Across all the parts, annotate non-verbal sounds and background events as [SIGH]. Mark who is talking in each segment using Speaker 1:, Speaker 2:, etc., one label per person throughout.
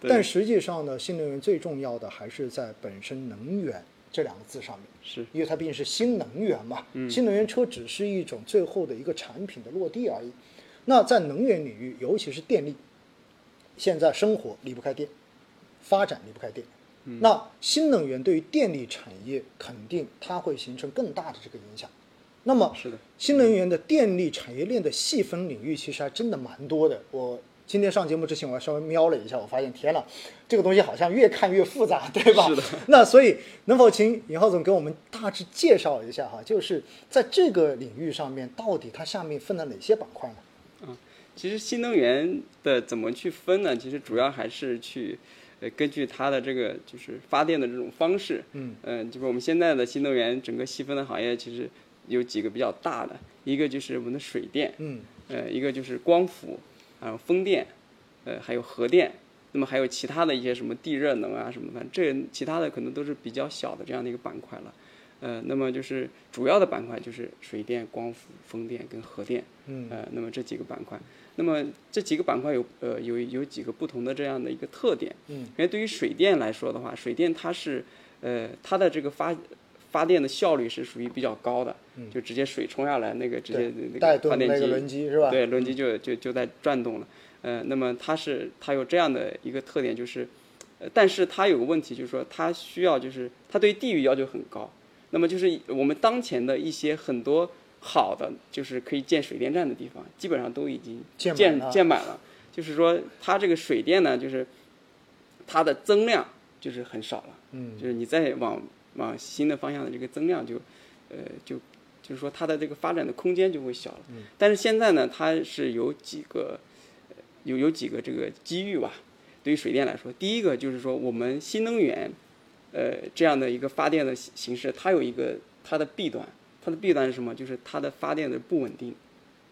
Speaker 1: 对
Speaker 2: 但实际上呢，新能源最重要的还是在本身“能源”这两个字上面，
Speaker 1: 是
Speaker 2: 因为它毕竟是新能源嘛。
Speaker 1: 嗯
Speaker 2: 新能源车只是一种最后的一个产品的落地而已。那在能源领域，尤其是电力，现在生活离不开电，发展离不开电。
Speaker 1: 嗯
Speaker 2: 那新能源对于电力产业肯定它会形成更大的这个影响。那么
Speaker 1: 是的
Speaker 2: 新能源的电力产业链的细分领域其实还真的蛮多的。我今天上节目之前，我还稍微瞄了一下，我发现天呐，这个东西好像越看越复杂，对吧？
Speaker 1: 是的。
Speaker 2: [LAUGHS] 那所以能否请尹浩总给我们大致介绍一下哈，就是在这个领域上面，到底它下面分了哪些板块呢？
Speaker 1: 其实新能源的怎么去分呢？其实主要还是去，呃，根据它的这个就是发电的这种方式，
Speaker 2: 嗯
Speaker 1: 嗯、就是我们现在的新能源整个细分的行业，其实有几个比较大的，一个就是我们的水电，
Speaker 2: 嗯
Speaker 1: 呃，一个就是光伏，然后风电，呃，还有核电，那么还有其他的一些什么地热能啊什么的，这其他的可能都是比较小的这样的一个板块了。呃，那么就是主要的板块就是水电、光伏、风电跟核电，
Speaker 2: 嗯
Speaker 1: 呃，那么这几个板块，那么这几个板块有呃有有几个不同的这样的一个特点，
Speaker 2: 嗯，
Speaker 1: 因为对于水电来说的话，水电它是呃它的这个发发电的效率是属于比较高的，就直接水冲下来那个直接那
Speaker 2: 嗯带
Speaker 1: 个发
Speaker 2: 动
Speaker 1: 电
Speaker 2: 那
Speaker 1: 机
Speaker 2: 个轮机是吧？
Speaker 1: 对，轮机就就就在转动了。呃，那么它是它有这样的一个特点，就是，呃，但是它有个问题，就是说它需要就是它对地域要求很高。那么就是我们当前的一些很多好的就是可以建水电站的地方，基本上都已经
Speaker 2: 建
Speaker 1: 建
Speaker 2: 满了
Speaker 1: 建满了。就是说它这个水电呢，就是它的增量就是很少了。
Speaker 2: 嗯
Speaker 1: 就是你再往往新的方向的这个增量就，呃，就就是说它的这个发展的空间就会小了。
Speaker 2: 嗯
Speaker 1: 但是现在呢，它是有几个呃有有几个这个机遇吧。对于水电来说，第一个就是说我们新能源，呃，这样的一个发电的形形式，它有一个它的弊端，它的弊端是什么？就是它的发电的不稳定，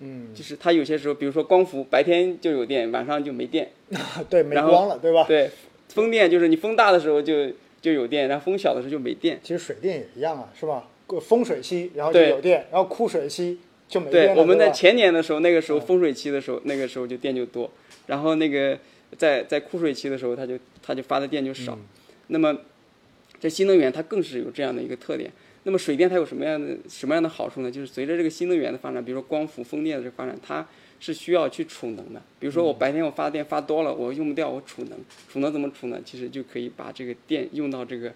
Speaker 2: 嗯，
Speaker 1: 就是它有些时候，比如说光伏，白天就有电，晚上就没电。
Speaker 2: [LAUGHS] 对，没
Speaker 1: 然后
Speaker 2: 光了，对吧？
Speaker 1: 对，风电就是你风大的时候就就有电，然后风小的时候就没电。
Speaker 2: 其实水电也一样啊，是吧？过丰水期然后就
Speaker 1: 对
Speaker 2: 有电，然后枯水期就没电
Speaker 1: 对，
Speaker 2: 了。
Speaker 1: 我们在
Speaker 2: 吧嗯
Speaker 1: 前年的时候，那个时候丰水期的时候，那个时候就电就多，然后那个在在枯水期的时候，它就它就发的电就
Speaker 2: 嗯
Speaker 1: 少。那么这新能源它更是有这样的一个特点。那么水电它有什么样的什么样的好处呢？就是随着这个新能源的发展，比如说光伏、风电的这个发展，它是需要去储能的。比如说我
Speaker 2: 嗯
Speaker 1: 白天我发电发多了，我用不掉，我储能，储能怎么储呢？其实就可以把这个电用到这个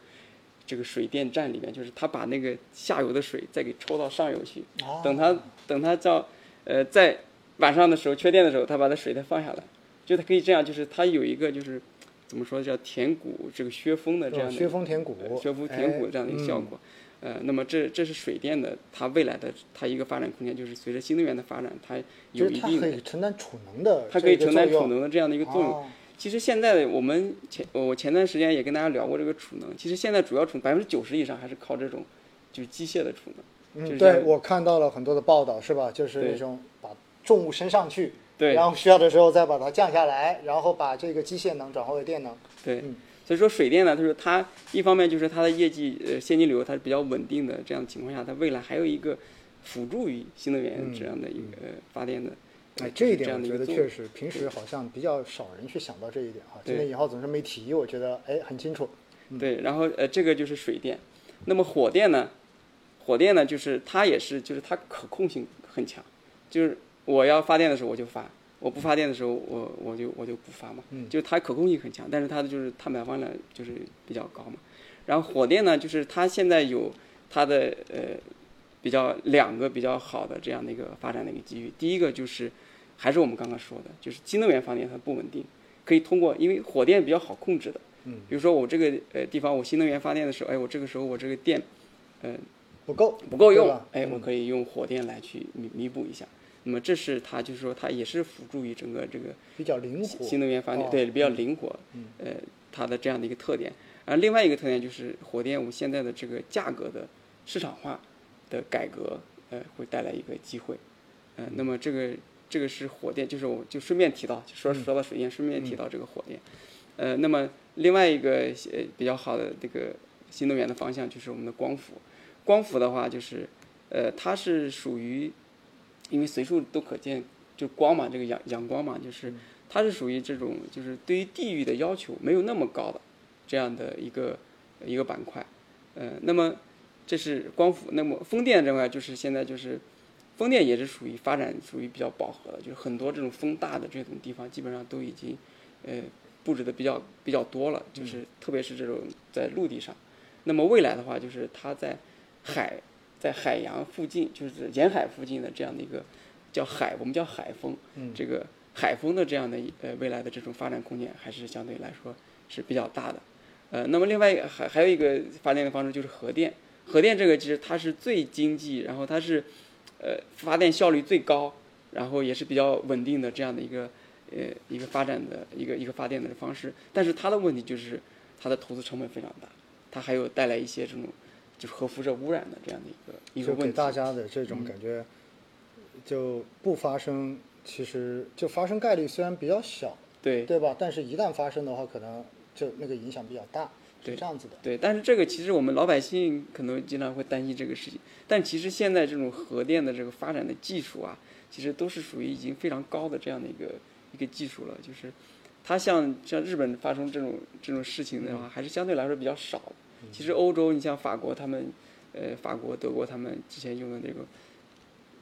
Speaker 1: 这个水电站里面，就是它把那个下游的水再给抽到上游去，
Speaker 2: 哦
Speaker 1: 等它等它到呃在晚上的时候缺电的时候，它把它水再放下来，就它可以这样，就是它有一个就是怎么说叫填谷这个削峰的这样的一
Speaker 2: 哦
Speaker 1: 个
Speaker 2: 削峰填谷
Speaker 1: 呃，削峰填谷
Speaker 2: 哎
Speaker 1: 这样的一个效果。呃，那么这这是水电的，它未来的它一个发展空间，就是随着新能源的发展，它
Speaker 2: 就
Speaker 1: 有
Speaker 2: 是
Speaker 1: 一
Speaker 2: 它
Speaker 1: 定
Speaker 2: 可
Speaker 1: 的，
Speaker 2: 以承担储能的，
Speaker 1: 它可以承担储能的这样的一个作用。
Speaker 2: 哦
Speaker 1: 其实现在的我们前我前段时间也跟大家聊过这个储能，其实现在主要储百分之九十以上还是靠这种就是机械的储能。就
Speaker 2: 嗯，
Speaker 1: 是
Speaker 2: 对，我看到了很多的报道，是吧？就是
Speaker 1: 对
Speaker 2: 那种把重物升上去，
Speaker 1: 对
Speaker 2: 然后需要的时候再把它降下来，然后把这个机械能转化为电能。
Speaker 1: 对，所以说水电呢，它说它一方面就是它的业绩呃现金流它是比较稳定的，这样的情况下，它未来还有一个辅助于新能源这样的一个、呃发电的，呃
Speaker 2: 哎，这一点我
Speaker 1: 样的
Speaker 2: 觉
Speaker 1: 个
Speaker 2: 得
Speaker 1: 作
Speaker 2: 确
Speaker 1: 用
Speaker 2: 实，平时好像比较少人去想到这一点啊。今
Speaker 1: 对
Speaker 2: 天尹浩总这么一提，我觉得哎很清楚。
Speaker 1: 对，然后呃，这个就是水电。那么火电呢？火电呢，就是它也是，就是它可控性很强，就是我要发电的时候我就发，我不发电的时候我我就我就不发嘛，就它可控性很强，但是它的就是碳排放量就是比较高嘛。然后火电呢，就是它现在有它的呃比较两个比较好的这样的一个发展的一个机遇，第一个就是还是我们刚刚说的，就是新能源发电它不稳定，可以通过因为火电比较好控制的。比如说我这个呃地方，我新能源发电的时候，哎，我这个时候我这个电，呃
Speaker 2: 不够，
Speaker 1: 不够
Speaker 2: 对
Speaker 1: 用
Speaker 2: 吧，嗯
Speaker 1: 哎，我可以用火电来去弥弥补一下。那么这是它就是说它也是辅助于整个这个
Speaker 2: 比较灵活。
Speaker 1: 新能源发电
Speaker 2: 哦嗯
Speaker 1: 对比较灵活，呃，它的这样的一个特点。然后另外一个特点就是火电，我们现在的这个价格的市场化的改革，呃，会带来一个机会。呃，那么这个这个是火电，就是我就顺便提到，就说
Speaker 2: 嗯
Speaker 1: 说到水电，顺便提到这个火电。呃，那么另外一个呃比较好的这个新能源的方向就是我们的光伏。光伏的话，就是呃，它是属于因为随处都可见，就光嘛，这个阳阳光嘛，就是它是属于这种就是对于地域的要求没有那么高的这样的一个一个板块。呃，那么这是光伏，那么风电这块就是现在就是风电也是属于发展属于比较饱和的，就是很多这种风大的这种地方基本上都已经呃布置的比较比较多了，就是特别是这种在陆地上。那么未来的话，就是它在海在海洋附近，就是沿海附近的这样的一个叫海，我们叫海风，
Speaker 2: 嗯
Speaker 1: 这个海风的这样的一呃未来的这种发展空间还是相对来说是比较大的。呃，那么另外一个还还有一个发电的方式就是核电，核电这个其实它是最经济，然后它是呃发电效率最高，然后也是比较稳定的这样的一个呃一个发展的一个一个发电的方式。但是它的问题就是它的投资成本非常大，它还有带来一些这种就是核辐射污染的这样的一个一个
Speaker 2: 就给
Speaker 1: 问题。嗯
Speaker 2: 大家的这种感觉，就不发生，其实就发生概率虽然比较小，
Speaker 1: 对
Speaker 2: 对吧？但是一旦发生的话，可能就那个影响比较大，是
Speaker 1: 对
Speaker 2: 这样子的。
Speaker 1: 对，但是这个其实我们老百姓可能经常会担心这个事情，但其实现在这种核电的这个发展的技术啊，其实都是属于已经非常高的这样的一个一个技术了。就是它像像日本发生这种这种事情的话，还是相对来说比较少的。其实欧洲，你像法国他们，呃，法国、德国他们之前用的这个，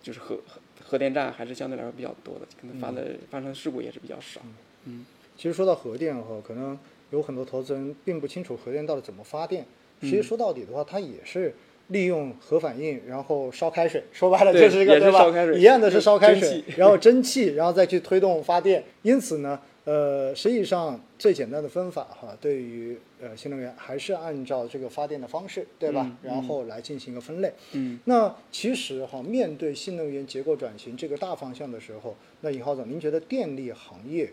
Speaker 1: 就是核核核电站还是相对来说比较多的，可能发的、发生的事故也是比较少。嗯
Speaker 2: 其实说到核电哈，可能有很多投资人并不清楚核电到底怎么发电。其
Speaker 1: 嗯
Speaker 2: 实说到底的话，它也是利用核反应，然后烧开水。说白了
Speaker 1: 对
Speaker 2: 就是一个
Speaker 1: 也是
Speaker 2: 对吧
Speaker 1: 烧开？水
Speaker 2: 一样的是烧开
Speaker 1: 蒸
Speaker 2: 水，然后蒸汽，然后再去推动发电。因此呢，呃，实际上最简单的分法哈，对于呃新能源还是按照这个发电的方式，对吧？然后来进行一个分类。
Speaker 1: 嗯，
Speaker 2: 那其实哈，面对新能源结构转型这个大方向的时候，那尹浩总，您觉得电力行业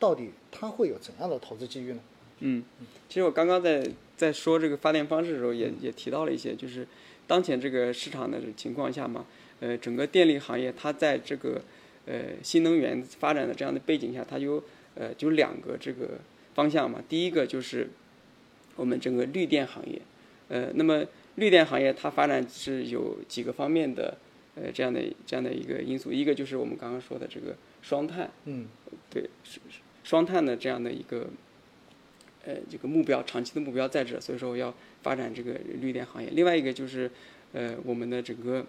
Speaker 2: 到底它会有怎样的投资机遇呢？
Speaker 1: 嗯，其实我刚刚在在说这个发电方式的时候也，也提到了一些，就是当前这个市场的情况下嘛，呃，整个电力行业它在这个呃新能源发展的这样的背景下，它有呃就两个这个方向嘛。第一个就是我们整个绿电行业，呃，那么绿电行业它发展是有几个方面的呃这样的这样的一个因素，一个就是我们刚刚说的这个双碳，
Speaker 2: 嗯
Speaker 1: 对是是双碳的这样的一个呃这个目标，长期的目标在这，所以说要发展这个绿电行业。另外一个就是呃我们的整个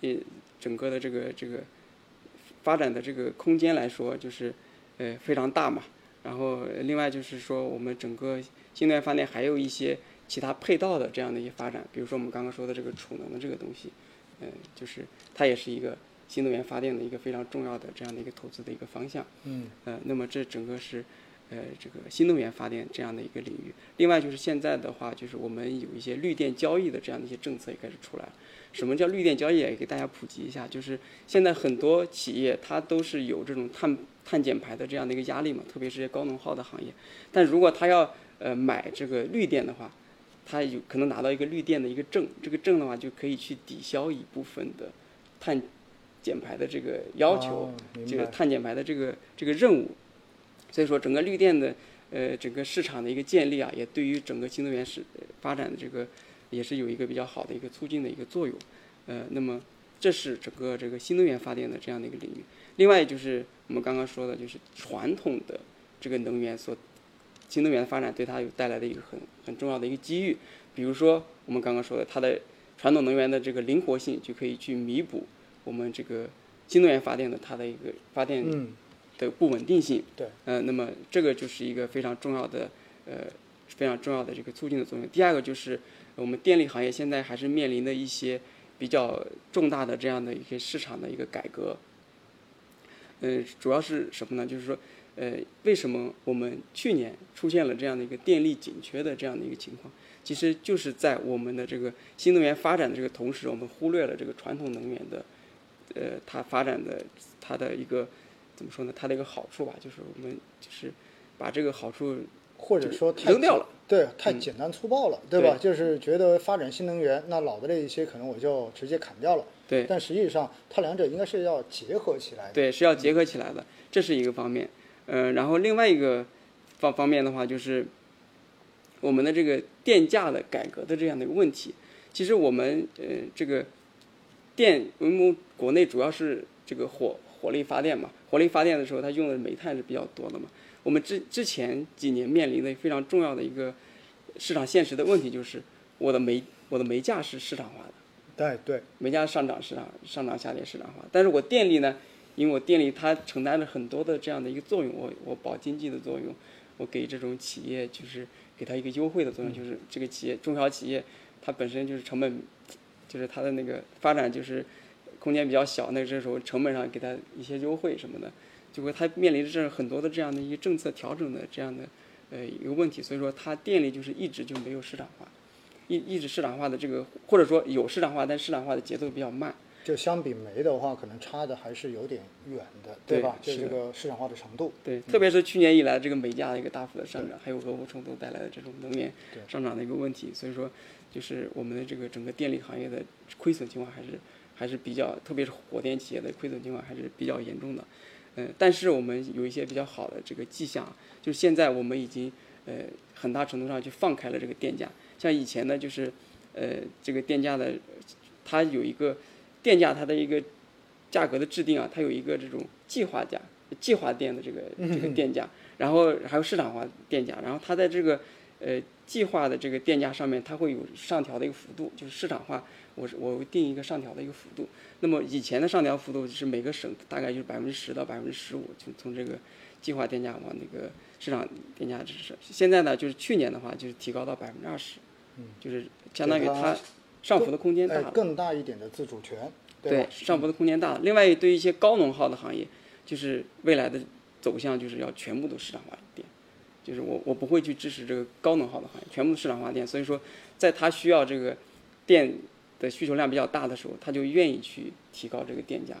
Speaker 1: 呃整个的这个这个发展的这个空间来说，就是呃非常大嘛。然后呃另外就是说我们整个新能源发电还有一些其他配套的这样的一些发展，比如说我们刚刚说的这个储能的这个东西，呃，就是它也是一个新能源发电的一个非常重要的这样的一个投资的一个方向。
Speaker 2: 嗯，
Speaker 1: 呃，那么这整个是呃这个新能源发电这样的一个领域。另外就是现在的话，就是我们有一些绿电交易的这样的一些政策也开始出来了。什么叫绿电交易？也给大家普及一下，就是现在很多企业它都是有这种碳碳减排的这样的一个压力嘛，特别是一些高能耗的行业。但如果它要呃买这个绿电的话，它有可能拿到一个绿电的一个证，这个证的话就可以去抵消一部分的碳减排的这个要求。
Speaker 2: 啊明白
Speaker 1: 这个碳减排的这个这个任务。所以说，整个绿电的呃整个市场的一个建立啊，也对于整个新能源市呃发展的这个也是有一个比较好的一个促进的一个作用。呃，那么这是整个这个新能源发电的这样的一个领域。另外就是我们刚刚说的，就是传统的这个能源所新能源发展对它有带来的一个很很重要的一个机遇。比如说我们刚刚说的，它的传统能源的这个灵活性就可以去弥补我们这个新能源发电的它的一个发电
Speaker 2: 嗯
Speaker 1: 的不稳定性。
Speaker 2: 对，
Speaker 1: 呃，那么这个就是一个非常重要的呃非常重要的这个促进的作用。第二个就是我们电力行业现在还是面临的一些比较重大的这样的一些市场的一个改革。呃，主要是什么呢？就是说，呃，为什么我们去年出现了这样的一个电力紧缺的这样的一个情况？其实就是在我们的这个新能源发展的这个同时，我们忽略了这个传统能源的，呃，它发展的它的一个怎么说呢？它的一个好处吧，就是我们就是把这个好处
Speaker 2: 或者说太
Speaker 1: 扔掉了，嗯
Speaker 2: 对，太简单粗暴了，对吧？就是觉得发展新能源，那老的这一些可能我就直接砍掉了。
Speaker 1: 对
Speaker 2: 但实际上它两者应该是要结合起来的。
Speaker 1: 对，是要结合起来的，这是一个方面。呃，然后另外一个方方面的话，就是我们的这个电价的改革的这样的一个问题。其实我们呃这个电，我们国内主要是这个火火力发电嘛，火力发电的时候，它用的煤炭是比较多的嘛。我们之之前几年面临的非常重要的一个市场现实的问题就是，我的煤我的煤价是市场化的，
Speaker 2: 对哎对，
Speaker 1: 煤价上涨市场上涨下跌市场化，但是我电力呢，因为我电力它承担着很多的这样的一个作用，我我保经济的作用，我给这种企业就是给它一个优惠的作用，就是这个企业中小企业它本身就是成本，就是它的那个发展就是空间比较小，那这时候成本上给它一些优惠什么的，就会它面临着这很多的这样的一个政策调整的这样的呃一个问题，所以说它电力就是一直就没有市场化。一一直市场化的这个，或者说有市场化，但市场化的节奏比较慢。
Speaker 2: 就相比煤的话，可能差的还是有点远的，对吧？
Speaker 1: 对
Speaker 2: 就是这个市场化的程度。
Speaker 1: 对，特别是去年以来这个煤价的一个大幅的上涨，还有俄乌冲突带来的这种能源上涨的一个问题，所以说就是我们的这个整个电力行业的亏损情况还是还是比较，特别是火电企业的亏损情况还是比较严重的。嗯，但是我们有一些比较好的这个迹象，就是现在我们已经呃很大程度上去放开了这个电价，像以前呢就是呃这个电价的它有一个电价它的一个价格的制定啊，它有一个这种计划价、计划电的这个这个电价，然后还有市场化电价，然后它在这个呃计划的这个电价上面，它会有上调的一个幅度，就是市场化，我是我会定一个上调的一个幅度。那么以前的上调幅度就是每个省大概就是百分之十到百分之十五，就从这个计划电价往那个市场电价支持。现在呢，就是去年的话，就是提高到百分之二十，就是相当于
Speaker 2: 给它
Speaker 1: 它上浮的空间大
Speaker 2: 哎
Speaker 1: 了。
Speaker 2: 更大一点的自主权，吧？
Speaker 1: 对，上浮的空间大。另外，对于一些高能耗的行业，就是未来的走向就是要全部都市场化一点，就是我我不会去支持这个高能耗的行业，全部市场化电。所以说，在它需要这个电的需求量比较大的时候，它就愿意去提高这个电价。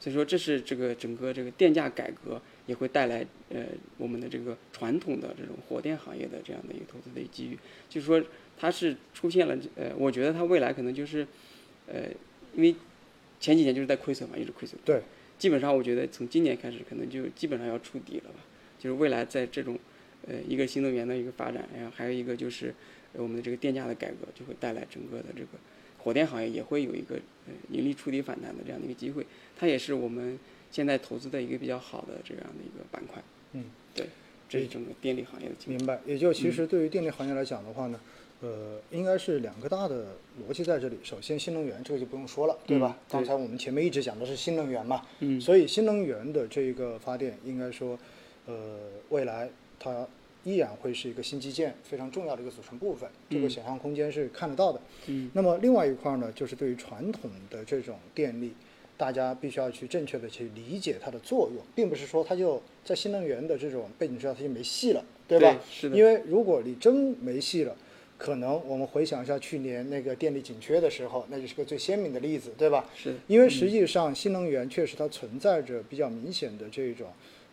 Speaker 1: 所以说，这是这个整个这个电价改革也会带来呃我们的这个传统的这种火电行业的这样的一个投资的一个机遇。就是说，它是出现了呃，我觉得它未来可能就是呃，因为前几年就是在亏损嘛，一直亏损。
Speaker 2: 对，
Speaker 1: 基本上我觉得从今年开始，可能就基本上要触底了吧。就是未来在这种呃一个新能源的一个发展，然后还有一个就是呃我们的这个电价的改革，就会带来整个的这个火电行业也会有一个呃盈利触底反弹的这样的一个机会。它也是我们现在投资的一个比较好的这样的一个板块。
Speaker 2: 嗯，
Speaker 1: 对，这是整个电力行业的情况。
Speaker 2: 明白。也就其
Speaker 1: 嗯
Speaker 2: 实对于电力行业来讲的话呢，呃，应该是两个大的逻辑在这里。首先，新能源这个就不用说了，对吧？刚才我们前面一直讲的是新能源嘛，
Speaker 1: 嗯
Speaker 2: 所以新能源的这个发电，应该说，呃，未来它依然会是一个新基建非常重要的一个组成部分，这个想象空间是看得到的。
Speaker 1: 嗯，
Speaker 2: 那么另外一块儿呢，就是对于传统的这种电力，大家必须要去正确的去理解它的作用，并不是说它就在新能源的这种背景之下它就没戏了，对吧？
Speaker 1: 对是的
Speaker 2: 因为如果你真没戏了。可能我们回想一下去年那个电力紧缺的时候，那就是个最鲜明的例子，对吧？
Speaker 1: 是的
Speaker 2: 因为实际上新能源确实它存在着比较明显的这种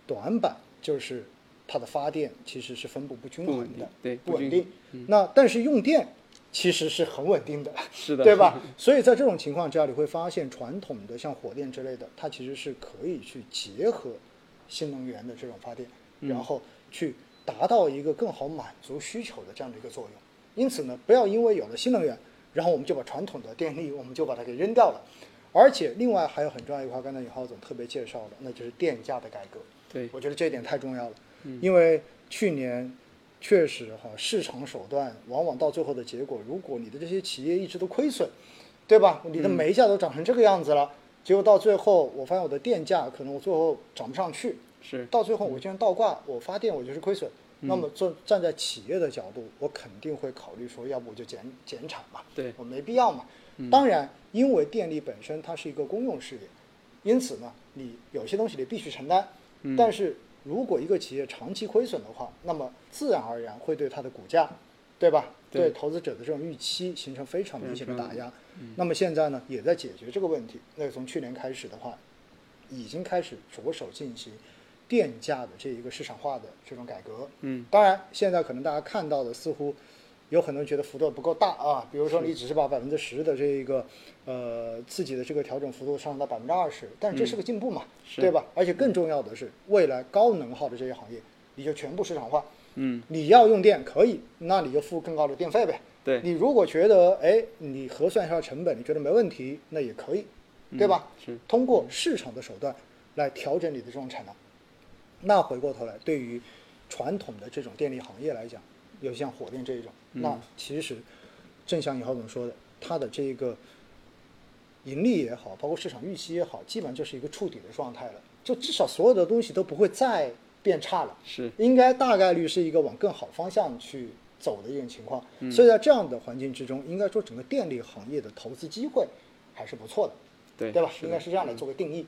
Speaker 2: 短板，就是它的发电其实是分布不均
Speaker 1: 不
Speaker 2: 衡
Speaker 1: 稳定
Speaker 2: 的，
Speaker 1: 对
Speaker 2: 不
Speaker 1: 不
Speaker 2: 稳
Speaker 1: 均嗯
Speaker 2: 定。那但是用电其实是很稳定的，
Speaker 1: 是的
Speaker 2: 对吧？所以在这种情况之下，你会发现传统的像火电之类的，它其实是可以去结合新能源的这种发电，然后去达到一个更好满足需求的这样的一个作用。因此呢，不要因为有了新能源，然后我们就把传统的电力我们就把它给扔掉了。而且另外还有很重要一块，刚才尹浩总特别介绍的，那就是电价的改革。
Speaker 1: 对
Speaker 2: 我觉得这一点太重要了，因为去年确实哈、市场手段往往到最后的结果，如果你的这些企业一直都亏损，对吧？你的煤价都涨成这个样子了，结果到最后我发现我的电价可能我最后涨不上去，
Speaker 1: 是
Speaker 2: 到最后我竟然倒挂，我发电我就是亏损。那么站站在企业的角度，我肯定会考虑说，要不我就减减产嘛，
Speaker 1: 对嗯
Speaker 2: 我没必要嘛。当然，因为电力本身它是一个公用事业，因此呢，你有些东西你必须承担。
Speaker 1: 嗯
Speaker 2: 但是如果一个企业长期亏损的话，那么自然而然会对它的股价，对吧？
Speaker 1: 对
Speaker 2: 投资者的这种预期形成非常明显的打
Speaker 1: 非嗯
Speaker 2: 压。那么现在呢，也在解决这个问题。那从去年开始的话，已经开始着手进行电价的这一个市场化的这种改革。
Speaker 1: 嗯，
Speaker 2: 当然，现在可能大家看到的似乎有很多人觉得幅度不够大啊，比如说你只是把百分之十的这一个呃自己的这个调整幅度上升到百分之二十，但是这是个进步嘛，
Speaker 1: 嗯是
Speaker 2: 对吧？而且更重要的是，未来高能耗的这些行业，你就全部市场化。
Speaker 1: 嗯，
Speaker 2: 你要用电可以，那你就付更高的电费呗。
Speaker 1: 对
Speaker 2: 你如果觉得哎，你核算一下成本，你觉得没问题，那也可以，对吧？
Speaker 1: 嗯是
Speaker 2: 通过市场的手段来调整你的这种产能。那回过头来，对于传统的这种电力行业来讲，有像火电这一种，
Speaker 1: 嗯
Speaker 2: 那其实正像以浩总说的，它的这个盈利也好，包括市场预期也好，基本上就是一个触底的状态了。就至少所有的东西都不会再变差了，
Speaker 1: 是
Speaker 2: 应该大概率是一个往更好方向去走的一种情况。
Speaker 1: 嗯
Speaker 2: 所以在这样的环境之中，应该说整个电力行业的投资机会还是不错的。
Speaker 1: 对
Speaker 2: 对吧？
Speaker 1: 是
Speaker 2: 应
Speaker 1: 的
Speaker 2: 该是这样来做个定义。